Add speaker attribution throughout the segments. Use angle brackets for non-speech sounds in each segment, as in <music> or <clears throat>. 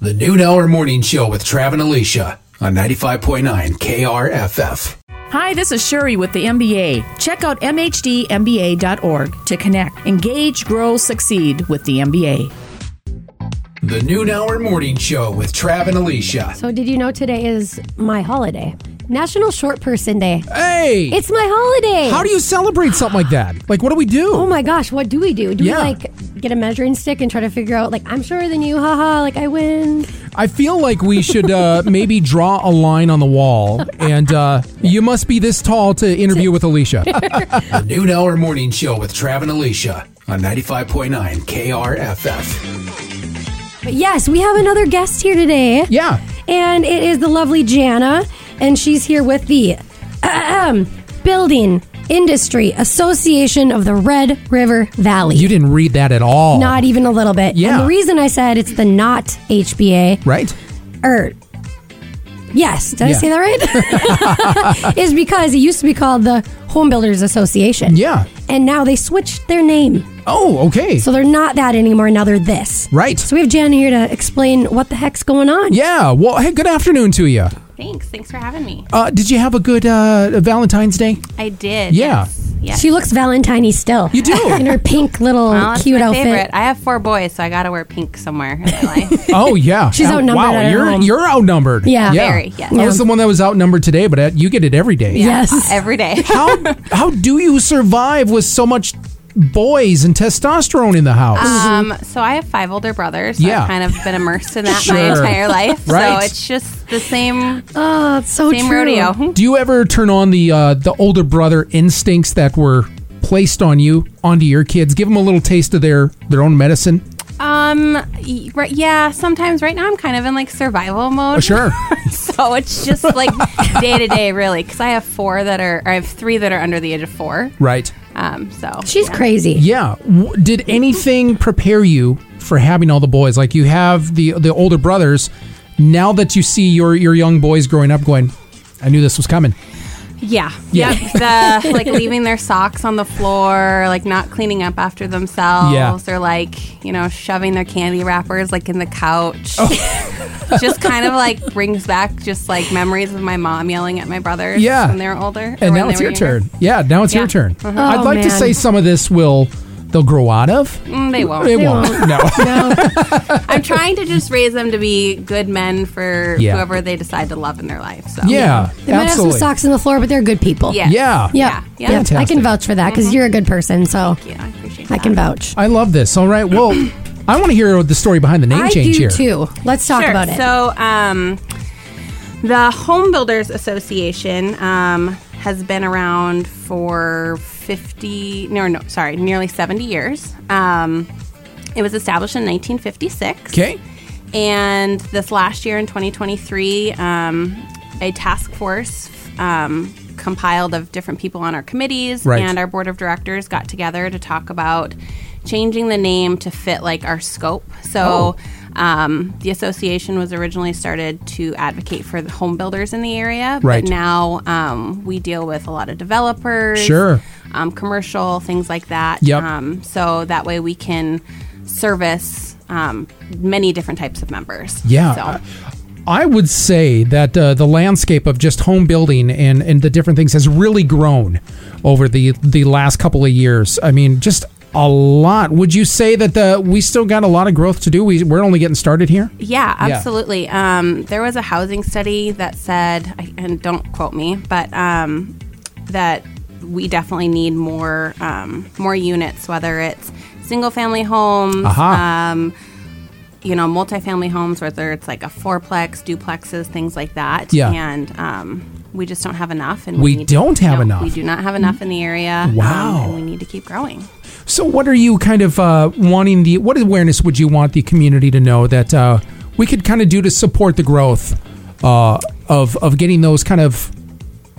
Speaker 1: The Noon Hour Morning Show with Trav and Alicia on 95.9 KRFF.
Speaker 2: Hi, this is Sherry with the MBA. Check out MHDMBA.org to connect, engage, grow, succeed with the MBA.
Speaker 1: The Noon Hour Morning Show with Trav and Alicia.
Speaker 3: So, did you know today is my holiday? National Short Person Day.
Speaker 4: Hey,
Speaker 3: It's my holiday.
Speaker 4: how do you celebrate something like that? Like, what do we do?
Speaker 3: Oh my gosh, what do we do? Do
Speaker 4: Yeah.
Speaker 3: we like get a measuring stick and try to figure out like I'm shorter than you, haha, like I win.
Speaker 4: I feel like we should
Speaker 3: <laughs>
Speaker 4: uh, maybe draw a line on the wall, and uh, you must be this tall to interview with
Speaker 3: <laughs>
Speaker 4: Alicia.
Speaker 1: The Noon Hour Morning Show with Trav and Alicia on 95.9 KRFF.
Speaker 3: But yes, we have another guest here today.
Speaker 4: yeah,
Speaker 3: And it is the lovely Jana, and she's here with the <clears throat> ahem, Building Industry Association of the Red River Valley.
Speaker 4: you didn't read that at all,
Speaker 3: not even a little bit.
Speaker 4: Yeah.
Speaker 3: And the reason I said it's the not HBA
Speaker 4: right?
Speaker 3: or Er, yes, did I
Speaker 4: Yeah.
Speaker 3: say that right? <laughs> is because it used to be called the Home Builders Association.
Speaker 4: Yeah.
Speaker 3: And now they switched their name.
Speaker 4: Oh, okay.
Speaker 3: So they're not that anymore. Now they're this.
Speaker 4: Right.
Speaker 3: So we have Jan here to explain what the heck's going on.
Speaker 4: yeah. Well, hey, good afternoon to you.
Speaker 5: Thanks. Thanks for having me.
Speaker 4: Uh, did you have a good uh, Valentine's Day?
Speaker 3: <laughs>
Speaker 5: I did.
Speaker 4: Yeah.
Speaker 5: Yes. yes.
Speaker 3: She looks Valentine still. You
Speaker 4: do.
Speaker 3: <laughs> In her pink little
Speaker 5: Well, it's
Speaker 3: cute
Speaker 5: my
Speaker 3: outfit.
Speaker 5: favorite. I have four boys, so I got to wear pink somewhere in
Speaker 4: <laughs>
Speaker 5: my life.
Speaker 4: Oh yeah.
Speaker 3: She's
Speaker 4: Oh,
Speaker 3: outnumbered
Speaker 4: Wow,
Speaker 3: at her
Speaker 4: you're
Speaker 3: home.
Speaker 4: you're outnumbered.
Speaker 3: Yeah.
Speaker 5: Very, yes.
Speaker 4: I was the one that was outnumbered today, but uh, you get it every day.
Speaker 3: Yes.
Speaker 5: Every day.
Speaker 4: how how do you survive with so much boys and testosterone in the house?
Speaker 5: Um, so I have five older brothers. So
Speaker 4: Yeah.
Speaker 5: I've kind of been immersed in that my
Speaker 4: Sure.
Speaker 5: entire life.
Speaker 4: Right.
Speaker 5: So it's just the same
Speaker 3: Oh, it's so
Speaker 5: same
Speaker 3: true.
Speaker 5: rodeo.
Speaker 4: do you ever turn on the uh, the older brother instincts that were placed on you onto your kids? Give them a little taste of their their own medicine.
Speaker 5: Um y- right yeah, sometimes right now I'm kind of in like survival mode.
Speaker 4: Sure.
Speaker 5: <laughs> So it's just like day to day really cuz I have four that are or I have three that are under the age of 4.
Speaker 4: right.
Speaker 5: Um so
Speaker 3: She's crazy.
Speaker 4: Yeah. W- did anything prepare you for having all the boys? Like you have the the older brothers. Now that you see your your young boys growing up, going, I knew this was coming.
Speaker 5: Yeah.
Speaker 4: Yeah.
Speaker 5: Yep. The like leaving their socks on the floor, like not cleaning up after themselves,
Speaker 4: Yeah.
Speaker 5: or like, you know, shoving their candy wrappers like in the couch.
Speaker 4: Oh.
Speaker 5: <laughs> just kind of like brings back just like memories of my mom yelling at my brothers
Speaker 4: Yeah.
Speaker 5: when they were older. or
Speaker 4: And
Speaker 5: when
Speaker 4: now
Speaker 5: they
Speaker 4: it's
Speaker 5: were
Speaker 4: your
Speaker 5: younger.
Speaker 4: turn. Yeah, now it's your
Speaker 5: Yeah.
Speaker 4: turn.
Speaker 5: Uh-huh.
Speaker 4: I'd
Speaker 3: Oh,
Speaker 4: like to
Speaker 3: man.
Speaker 4: say some of this will they'll grow out of.
Speaker 5: Mm, they won't.
Speaker 4: It won't. No.
Speaker 5: I'm trying to just raise them to be good men for
Speaker 4: Yeah.
Speaker 5: whoever they decide to love in their life. So
Speaker 4: <laughs> Yeah.
Speaker 3: They
Speaker 4: absolutely.
Speaker 3: might have some socks on the floor, but they're good people.
Speaker 5: Yeah.
Speaker 4: Yeah.
Speaker 3: Yeah.
Speaker 5: Yeah. Mm-hmm.
Speaker 3: Yep. I
Speaker 4: Fantastic.
Speaker 3: can vouch for that because you're a good person. So
Speaker 5: yeah, I appreciate
Speaker 3: I
Speaker 5: that.
Speaker 3: can vouch.
Speaker 4: I love this. All right. Well, I want to hear the story behind the name
Speaker 3: I
Speaker 4: change
Speaker 3: do
Speaker 4: here.
Speaker 3: too. Let's talk
Speaker 5: Sure.
Speaker 3: about it.
Speaker 5: So, um, the Home Builders Association um, has been around for 50, no, no, sorry, nearly 70 years. Um, it was established in 1956.
Speaker 4: Okay.
Speaker 5: And this last year in 2023, um, a task force um, compiled of different people on our committees
Speaker 4: Right.
Speaker 5: and our board of directors got together to talk about changing the name to fit like our scope. So.
Speaker 4: Oh.
Speaker 5: Um, the association was originally started to advocate for the home builders in the area,
Speaker 4: Right.
Speaker 5: but now um, we deal with a lot of developers,
Speaker 4: Sure.
Speaker 5: um, commercial things like that.
Speaker 4: Yep.
Speaker 5: Um, so that way we can service um, many different types of members.
Speaker 4: Yeah.
Speaker 5: So,
Speaker 4: I would say that uh, the landscape of just home building and, and the different things has really grown over the the last couple of years. I mean, just a lot. Would you say that the we still got a lot of growth to do? We we're only getting started here.
Speaker 5: yeah,
Speaker 4: Yeah.
Speaker 5: absolutely. Um, there was a housing study that said, I- and don't quote me, but um, that we definitely need more um, more units, whether it's single family homes.
Speaker 4: Aha.
Speaker 5: Um, you know, multifamily homes, whether it's like a fourplex, duplexes, things like that.
Speaker 4: Yeah.
Speaker 5: And um, we just don't have enough. And
Speaker 4: We
Speaker 5: need-
Speaker 4: don't have
Speaker 5: no,
Speaker 4: enough.
Speaker 5: We do not have enough in the area. um,
Speaker 4: Wow.
Speaker 5: and we need to keep growing.
Speaker 4: So, what are you kind of uh, wanting the what awareness would you want the community to know that uh, we could kind of do to support the growth uh, of of getting those kind of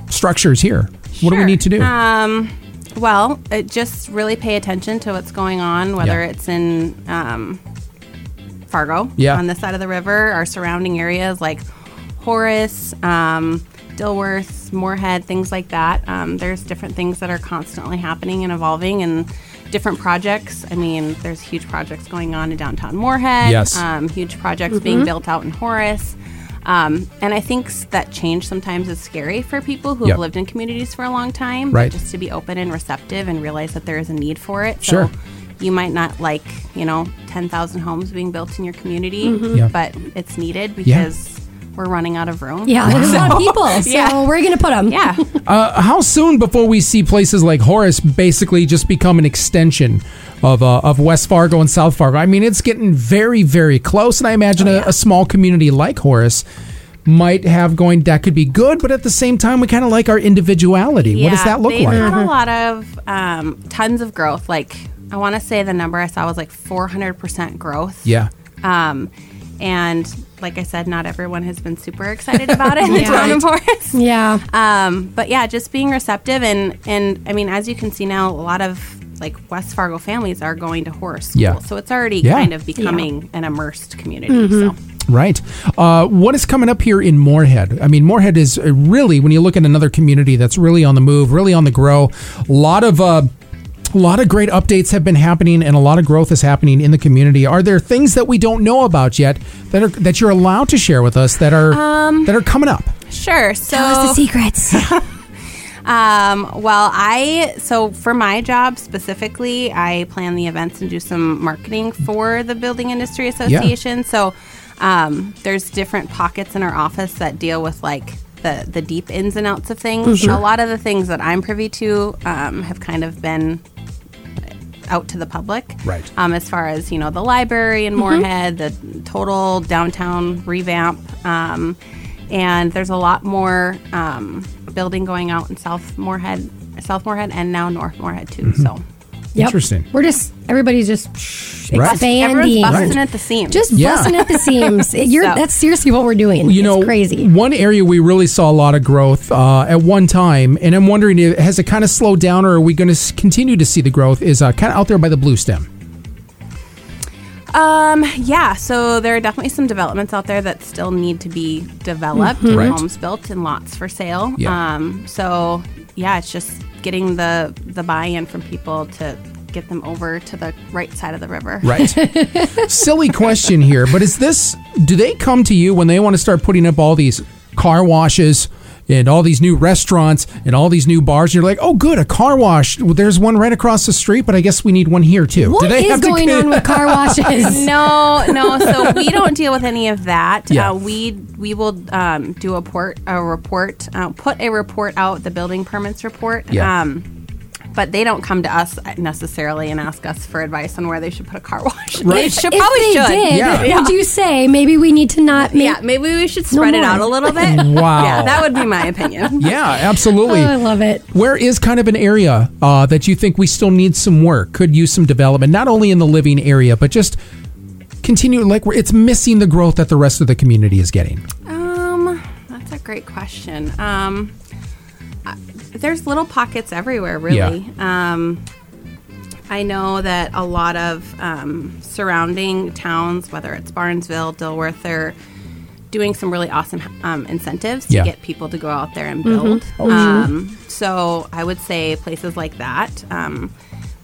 Speaker 4: structures here? What do we
Speaker 5: Sure.
Speaker 4: need to do?
Speaker 5: Um, well, uh just really pay attention to what's going on, whether
Speaker 4: Yeah.
Speaker 5: it's in um, Fargo
Speaker 4: Yeah.
Speaker 5: on this side of the river, our surrounding areas like Horace, um, Dilworth, Moorhead, things like that. Um, there's different things that are constantly happening and evolving, and different projects. I mean, there's huge projects going on in downtown Moorhead.
Speaker 4: Yes.
Speaker 5: Um, huge projects being built out in Horace. Um, and I think s- that change sometimes is scary for people who
Speaker 4: Yep.
Speaker 5: have lived in communities for a long time. but
Speaker 4: Right.
Speaker 5: Just to be open and receptive and realize that there is a need for it.
Speaker 4: Sure.
Speaker 5: So you might not like, you know, 10,000 homes being built in your community,
Speaker 4: Yeah.
Speaker 5: but it's needed because we're running out of room.
Speaker 3: Yeah, there's a lot of
Speaker 5: <laughs>
Speaker 3: people, so
Speaker 5: Yeah.
Speaker 3: we're gonna put
Speaker 4: <laughs>
Speaker 3: them.
Speaker 5: Yeah.
Speaker 4: Uh, how soon before we see places like Horace basically just become an extension of uh, of West Fargo and South Fargo? I mean, it's getting very, very close, and I imagine
Speaker 5: Oh,
Speaker 4: a, a small community like Horace might have going that could be good, but at the same time, we kind of like our individuality. what does
Speaker 5: Yeah,
Speaker 4: that look
Speaker 5: they've
Speaker 4: like? Mm-hmm.
Speaker 5: had a lot of um, tons of growth. Like I want to say the number I saw was like 400% growth.
Speaker 4: Yeah.
Speaker 5: Um, and like I said, not everyone has been super excited
Speaker 4: <laughs>
Speaker 5: about it in the
Speaker 2: Yeah.
Speaker 5: town of Morris.
Speaker 3: Yeah.
Speaker 5: Um, but yeah, just being receptive and and I mean, as you can see now, a lot of like West Fargo families are going to Horace School,
Speaker 4: Yeah.
Speaker 5: so it's already
Speaker 4: Yeah.
Speaker 5: kind of becoming an immersed community. So.
Speaker 4: Right. Uh, what is coming up here in Moorhead? I mean, Moorhead is uh, really, when you look at another community that's really on the move, really on the grow, a lot of. Uh, a lot of great updates have been happening and a lot of growth is happening in the community. Are there things that we don't know about yet that are that you're allowed to share with us that are
Speaker 3: Um,
Speaker 4: that are coming up?
Speaker 5: Sure. So
Speaker 3: Tell us the
Speaker 5: <laughs>
Speaker 3: secrets.
Speaker 5: Um, well, I so for my job specifically, I plan the events and do some marketing for the Building Industry Association. So um, there's different pockets in our office that deal with like the the deep ins and outs of things.
Speaker 4: Mm-hmm.
Speaker 5: A lot of the things that I'm privy to um, have kind of been out to the public.
Speaker 4: Right.
Speaker 5: Um, as far as, you know, the library in Moorhead, the total downtown revamp. Um, and there's a lot more um, building going out in South Moorhead, South Moorhead, and now North Moorhead, too.
Speaker 4: Mm-hmm.
Speaker 5: So
Speaker 3: Yep.
Speaker 4: Interesting.
Speaker 3: We're just everybody's just
Speaker 4: Right.
Speaker 3: expanding.
Speaker 5: everyone's busting at the seams.
Speaker 3: Just
Speaker 4: Yeah.
Speaker 3: busting at the
Speaker 5: <laughs>
Speaker 3: seams. You're,
Speaker 5: So-
Speaker 3: That's seriously what we're
Speaker 4: you
Speaker 3: doing. It's
Speaker 4: know,
Speaker 3: crazy.
Speaker 4: One area we really saw a lot of growth uh, at one time, and I'm wondering, has it kind of slowed down, or are we going to continue to see the growth? Is uh, kind of out there by the blue stem.
Speaker 5: Um, yeah, so there are definitely some developments out there that still need to be developed and
Speaker 4: Mm-hmm. Right.
Speaker 5: homes built and lots for sale.
Speaker 4: Yeah.
Speaker 5: Um, so yeah, it's just getting the the buy-in from people to get them over to the right side of the river.
Speaker 4: Right. <laughs> Silly question here, but is this do they come to you when they want to start putting up all these car washes and all these new restaurants and all these new bars? And you're like, oh, good, a car wash. Well, there's one right across the street, but I guess we need one here too.
Speaker 3: What
Speaker 4: do they
Speaker 3: is
Speaker 4: have <laughs>
Speaker 3: going
Speaker 4: to
Speaker 3: on with car washes?
Speaker 5: <laughs> No, no. So we don't deal with any of that.
Speaker 4: Yeah.
Speaker 5: Uh, we we will um, do a port a report, uh, put a report out, the building permits report.
Speaker 4: Yeah.
Speaker 5: Um, but they don't come to us necessarily and ask us for advice on where they should put a car wash. They
Speaker 3: If,
Speaker 5: should,
Speaker 3: if
Speaker 5: probably
Speaker 3: they
Speaker 5: should.
Speaker 3: did,
Speaker 4: Yeah.
Speaker 3: would you say maybe we need to not make?
Speaker 5: Yeah, maybe we should spread it
Speaker 3: more.
Speaker 5: out a little bit.
Speaker 4: <laughs> Wow.
Speaker 5: Yeah, that would be
Speaker 4: <laughs>
Speaker 5: my opinion.
Speaker 4: Yeah, absolutely.
Speaker 3: Oh, I love it.
Speaker 4: Where is kind of an area uh, that you think we still need some work, could use some development, not only in the living area, but just continue like where it's missing the growth that the rest of the community is getting.
Speaker 5: Um, that's a great question. Um, I- there's little pockets everywhere, really. Um, I know that a lot of um, surrounding towns, whether it's Barnesville, Dilworth, they're doing some really awesome um, incentives to
Speaker 4: Yeah.
Speaker 5: get people to go out there and build. um, so I would say places like that. Um,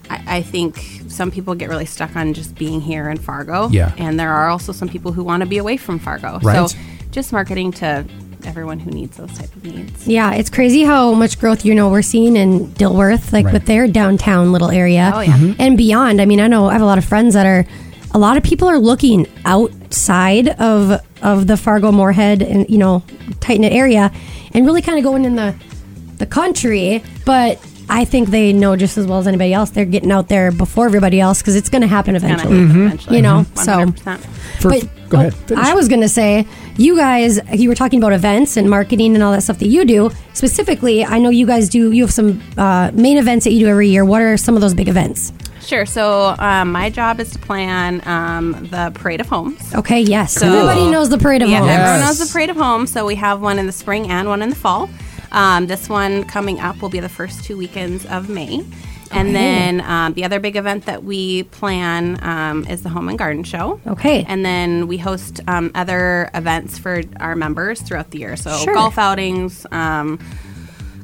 Speaker 5: I, I think some people get really stuck on just being here in Fargo.
Speaker 4: Yeah.
Speaker 5: And there are also some people who want to be away from Fargo.
Speaker 4: Right.
Speaker 5: So just marketing to everyone who needs those type of needs.
Speaker 3: Yeah, it's crazy how much growth you know we're seeing in Dilworth, like
Speaker 4: Right.
Speaker 3: with their downtown little area.
Speaker 5: Oh, yeah. Mhm.
Speaker 3: And beyond. I mean, I know I have a lot of friends that are a lot of people are looking outside of of the Fargo Moorhead and you know, tight knit area and really kind of going in the the country, but I think they know just as well as anybody else. They're getting out there before everybody else because it's going to happen
Speaker 5: And I
Speaker 3: eventually.
Speaker 5: think eventually,
Speaker 3: You
Speaker 5: <laughs>
Speaker 3: know, so-
Speaker 5: 100%. so
Speaker 4: For- go ahead.
Speaker 3: oh, I was going to say, you guys, you were talking about events and marketing and all that stuff that you do. Specifically, I know you guys do, you have some uh, main events that you do every year. What are some of those big events?
Speaker 5: sure. So um, my job is to plan um, the parade of homes.
Speaker 3: Okay, yes.
Speaker 5: So-
Speaker 3: Everybody knows the Parade of
Speaker 5: Yeah,
Speaker 3: Homes.
Speaker 5: everyone
Speaker 4: Yes.
Speaker 5: knows the Parade of Homes. So we have one in the spring and one in the fall. Um, this one coming up will be the first two weekends of May. And then um, the other big event that we plan um, is the Home and Garden Show.
Speaker 3: Okay.
Speaker 5: And then we host um, other events for our members throughout the year. So
Speaker 3: Sure.
Speaker 5: golf outings, um,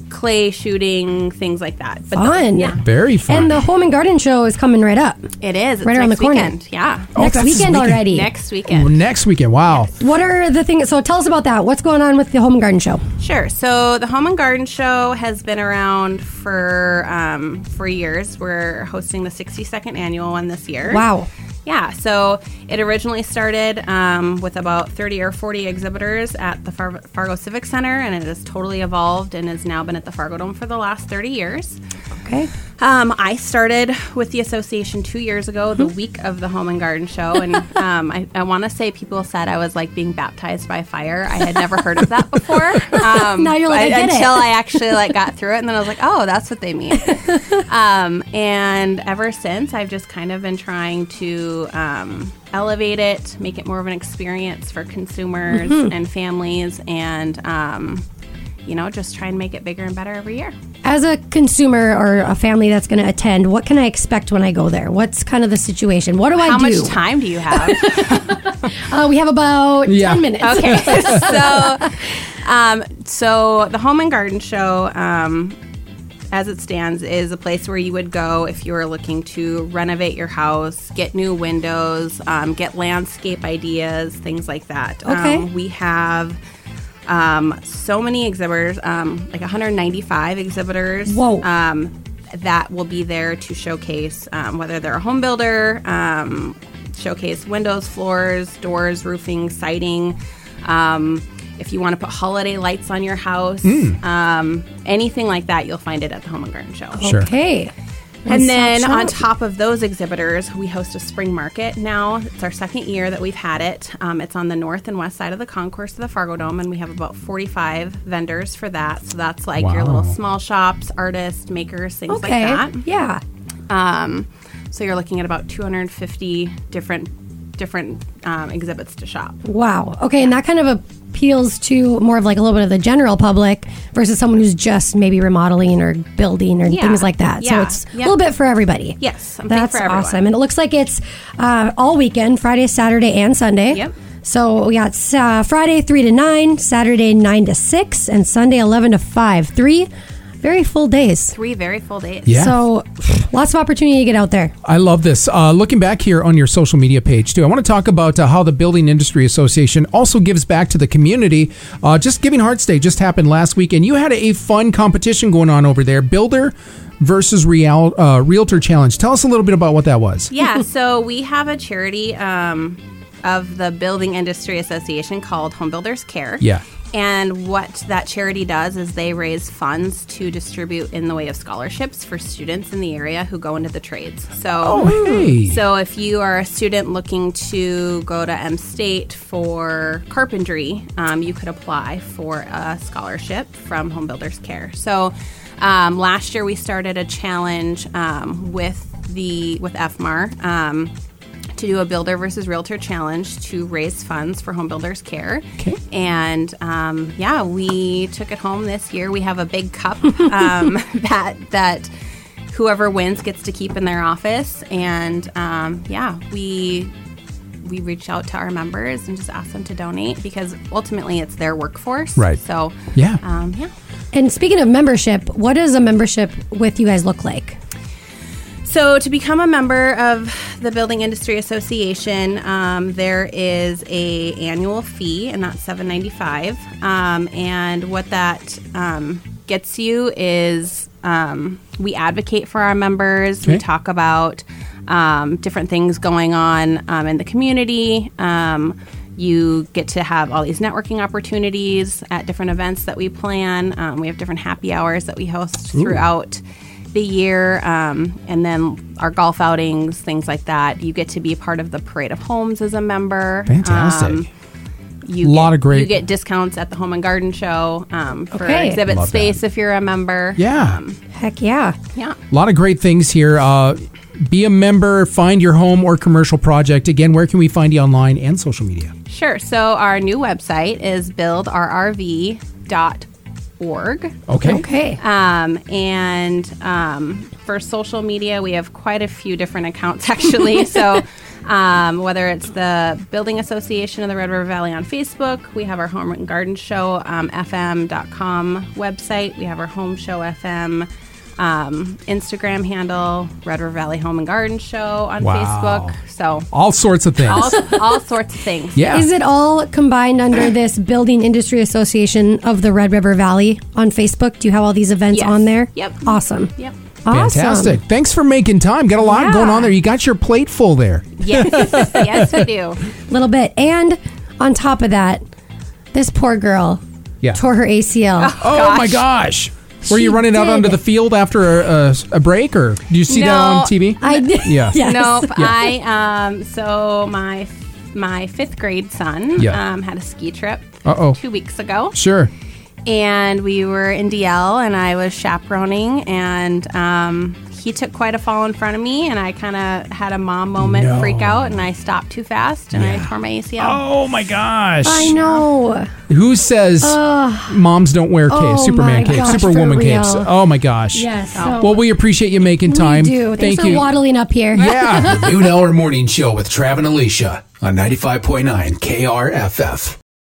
Speaker 5: clay shooting, things like that. But
Speaker 3: Fun.
Speaker 5: yeah,
Speaker 4: Very fun.
Speaker 3: And the Home and Garden Show is coming right up.
Speaker 5: it is. It's
Speaker 3: Right around
Speaker 5: next
Speaker 3: the corner.
Speaker 5: weekend. Yeah.
Speaker 4: Oh,
Speaker 3: next
Speaker 4: that's this
Speaker 3: weekend
Speaker 4: weekend.
Speaker 3: already.
Speaker 5: Next
Speaker 4: Ooh,
Speaker 5: weekend.
Speaker 4: next weekend. Wow.
Speaker 3: What are the things? So tell us about that. What's going on with the Home and Garden Show?
Speaker 5: Sure. So the Home and Garden Show has been around for um, for years. We're hosting the 62nd annual one this year.
Speaker 3: Wow.
Speaker 5: Yeah. So it originally started um, with about 30 or 40 exhibitors at the Far- Fargo Civic Center, and it has totally evolved and has now been at the Fargo Dome for the last 30 years.
Speaker 3: Okay.
Speaker 5: Um, I started with the association two years ago,
Speaker 3: Mm-hmm.
Speaker 5: the week of the Home and Garden Show,
Speaker 3: <laughs>
Speaker 5: and um, I, I want to say people said I was like being baptized by fire. I had never heard of
Speaker 3: <laughs>
Speaker 5: that before. Um,
Speaker 3: Now you're like,
Speaker 5: but
Speaker 3: I get it.
Speaker 5: until I actually like got through it, and then I was like, oh, that's what
Speaker 3: <laughs>
Speaker 5: they mean. um, and ever since, I've just kind of been trying to um, elevate it, make it more of an experience for consumers
Speaker 3: Mm-hmm.
Speaker 5: and families, and um, you know, just try and make it bigger and better every year.
Speaker 3: As a consumer or a family that's going to attend, what can I expect when I go there? What's kind of the situation? What do I
Speaker 5: How
Speaker 3: do?
Speaker 5: much time do
Speaker 3: <laughs>
Speaker 5: you have?
Speaker 3: Uh, we have about
Speaker 4: Yeah.
Speaker 3: ten minutes.
Speaker 5: Okay.
Speaker 3: <laughs>
Speaker 5: so, um, so the Home and Garden Show, um, as it stands, is a place where you would go if you were looking to renovate your house, get new windows, um, get landscape ideas, things like that.
Speaker 3: Okay.
Speaker 5: Um, we have. Um, so many exhibitors, um, like 195 exhibitors.
Speaker 3: Whoa.
Speaker 5: Um, that will be there to showcase um, whether they're a home builder, um, showcase windows, floors, doors, roofing, siding. Um, if you want to put holiday lights on your house, um, anything like that, you'll find it at the Home and Garden Show.
Speaker 4: Sure.
Speaker 3: Okay.
Speaker 5: And then
Speaker 3: Stop
Speaker 5: on
Speaker 3: Shop.
Speaker 5: top of those exhibitors, we host a spring market now. It's our second year that we've had it. Um, it's on the north and west side of the concourse of the Fargo Dome, and we have about 45 vendors for that. So that's like your
Speaker 4: Wow.
Speaker 5: little small shops, artists, makers, things
Speaker 3: Okay.
Speaker 5: like that.
Speaker 3: Yeah.
Speaker 5: Um, so you're looking at about 250 different different um, exhibits to shop.
Speaker 3: Wow. Okay, and that kind of appeals to more of like a little bit of the general public versus someone who's just maybe remodeling or building or
Speaker 5: Yeah.
Speaker 3: things like that. So
Speaker 5: Yeah.
Speaker 3: it's a
Speaker 5: Yep.
Speaker 3: little bit for everybody.
Speaker 5: Yes, something
Speaker 3: that's
Speaker 5: for everyone.
Speaker 3: awesome. And it looks like it's uh, all weekend, Friday, Saturday, and Sunday.
Speaker 5: Yep.
Speaker 3: So we got uh, Friday three to nine, Saturday nine to six, and Sunday eleven to five. Three very full days.
Speaker 5: Three very full days.
Speaker 4: Yeah.
Speaker 3: So lots of opportunity to get out there.
Speaker 4: I love this. Uh, looking back here on your social media page, too, I want to talk about uh, how the Building Industry Association also gives back to the community. Uh, just Giving Hearts Day just happened last week, and you had a fun competition going on over there Builder versus Real, uh, Realtor Challenge. Tell us a little bit about what that was.
Speaker 5: yeah, so we have a charity um, of the Building Industry Association called Home Builders Care.
Speaker 4: Yeah.
Speaker 5: And what that charity does is they raise funds to distribute in the way of scholarships for students in the area who go into the trades. So,
Speaker 4: hey.
Speaker 5: so if you are a student looking to go to M State for carpentry, um, you could apply for a scholarship from Home Builders Care. So um, last year we started a challenge um, with the with FMAR. Um, to do a builder versus realtor challenge to raise funds for home builders care okay. and um, yeah we took it home this year we have a big
Speaker 4: <laughs>
Speaker 5: cup um, that that whoever wins gets to keep in their office and um, yeah we we reach out to our members and just ask them to donate because ultimately it's their workforce
Speaker 4: Right.
Speaker 5: so
Speaker 4: Yeah.
Speaker 5: um, yeah
Speaker 3: And speaking of membership, what does a membership with you guys look like?
Speaker 5: So, to become a member of the Building Industry Association, um, there is a annual fee, and that's seven ninety five. Um, and what that um, gets you is um, we advocate for our members. We
Speaker 4: Okay.
Speaker 5: talk about um, different things going on um, in the community. Um, you get to have all these networking opportunities at different events that we plan. Um, we have different happy hours that we host throughout the year, um, and then our golf outings, things like that. You get to be part of the Parade of Homes as a member.
Speaker 4: Fantastic.
Speaker 5: Um, you
Speaker 4: Lot
Speaker 5: get-
Speaker 4: of great-
Speaker 5: You get discounts at the Home and Garden Show um, for
Speaker 3: Okay.
Speaker 5: exhibit
Speaker 4: Love that.
Speaker 5: space if you're a member.
Speaker 4: yeah.
Speaker 3: Heck yeah.
Speaker 5: yeah.
Speaker 4: a lot of great things here. Uh, be a member, find your home or commercial project. Again, where can we find you online and social media?
Speaker 5: Sure. So our new website is buildrrv.org.
Speaker 4: Okay.
Speaker 3: Okay.
Speaker 5: Um, and um, for social media, we have quite a few different accounts <laughs> actually. so Um, whether it's the Building Association of the Red River Valley on Facebook, we have our Home and Garden Show um, FM.com website, we have our Home Show FM um, Instagram handle, Red River Valley Home and Garden Show on
Speaker 4: Wow.
Speaker 5: Facebook. So
Speaker 4: All sorts of things.
Speaker 5: all, all sorts of things.
Speaker 4: yeah.
Speaker 3: Is it all combined under this Building Industry Association of the Red River Valley on Facebook? Do you have all these events
Speaker 5: Yes.
Speaker 3: on there?
Speaker 5: Yep.
Speaker 3: Awesome.
Speaker 5: Yep.
Speaker 3: Awesome.
Speaker 4: Fantastic. Thanks for making time. Got a lot
Speaker 3: Yeah.
Speaker 4: going on there. You got your plate full there.
Speaker 5: Yes. <laughs> yes, we do.
Speaker 3: Little bit. And on top of that, this poor girl
Speaker 4: Yeah.
Speaker 3: tore her ACL.
Speaker 4: Oh my gosh. Were
Speaker 3: She
Speaker 4: you running out
Speaker 3: did.
Speaker 4: onto the field after a, a, a break, or do you see that
Speaker 5: No.
Speaker 4: on TV?
Speaker 3: I did.
Speaker 4: Yeah.
Speaker 3: <laughs> yes.
Speaker 5: Nope. I um so my my fifth grade son
Speaker 4: Yeah.
Speaker 5: um, had a ski trip
Speaker 4: Uh-oh.
Speaker 5: two weeks ago,
Speaker 4: Sure.
Speaker 5: and we were in DL, and I was chaperoning, and um, he took quite a fall in front of me, and I kind of had a mom moment
Speaker 4: No.
Speaker 5: freak out, and I stopped too fast, and I tore my ACL.
Speaker 4: Oh my gosh.
Speaker 3: I know.
Speaker 4: Who says moms don't wear capes,
Speaker 3: Oh
Speaker 4: Superman
Speaker 3: my
Speaker 4: capes,
Speaker 3: gosh,
Speaker 4: Superwoman
Speaker 3: for real.
Speaker 4: capes? Oh my gosh.
Speaker 3: Yes. So
Speaker 4: Well, we appreciate you making time.
Speaker 3: we do. Thanks
Speaker 4: Thank
Speaker 3: for
Speaker 4: you.
Speaker 3: waddling up here.
Speaker 4: yeah.
Speaker 1: Noon Hour Morning Show with Trav and Alicia on 95.9 KRFF.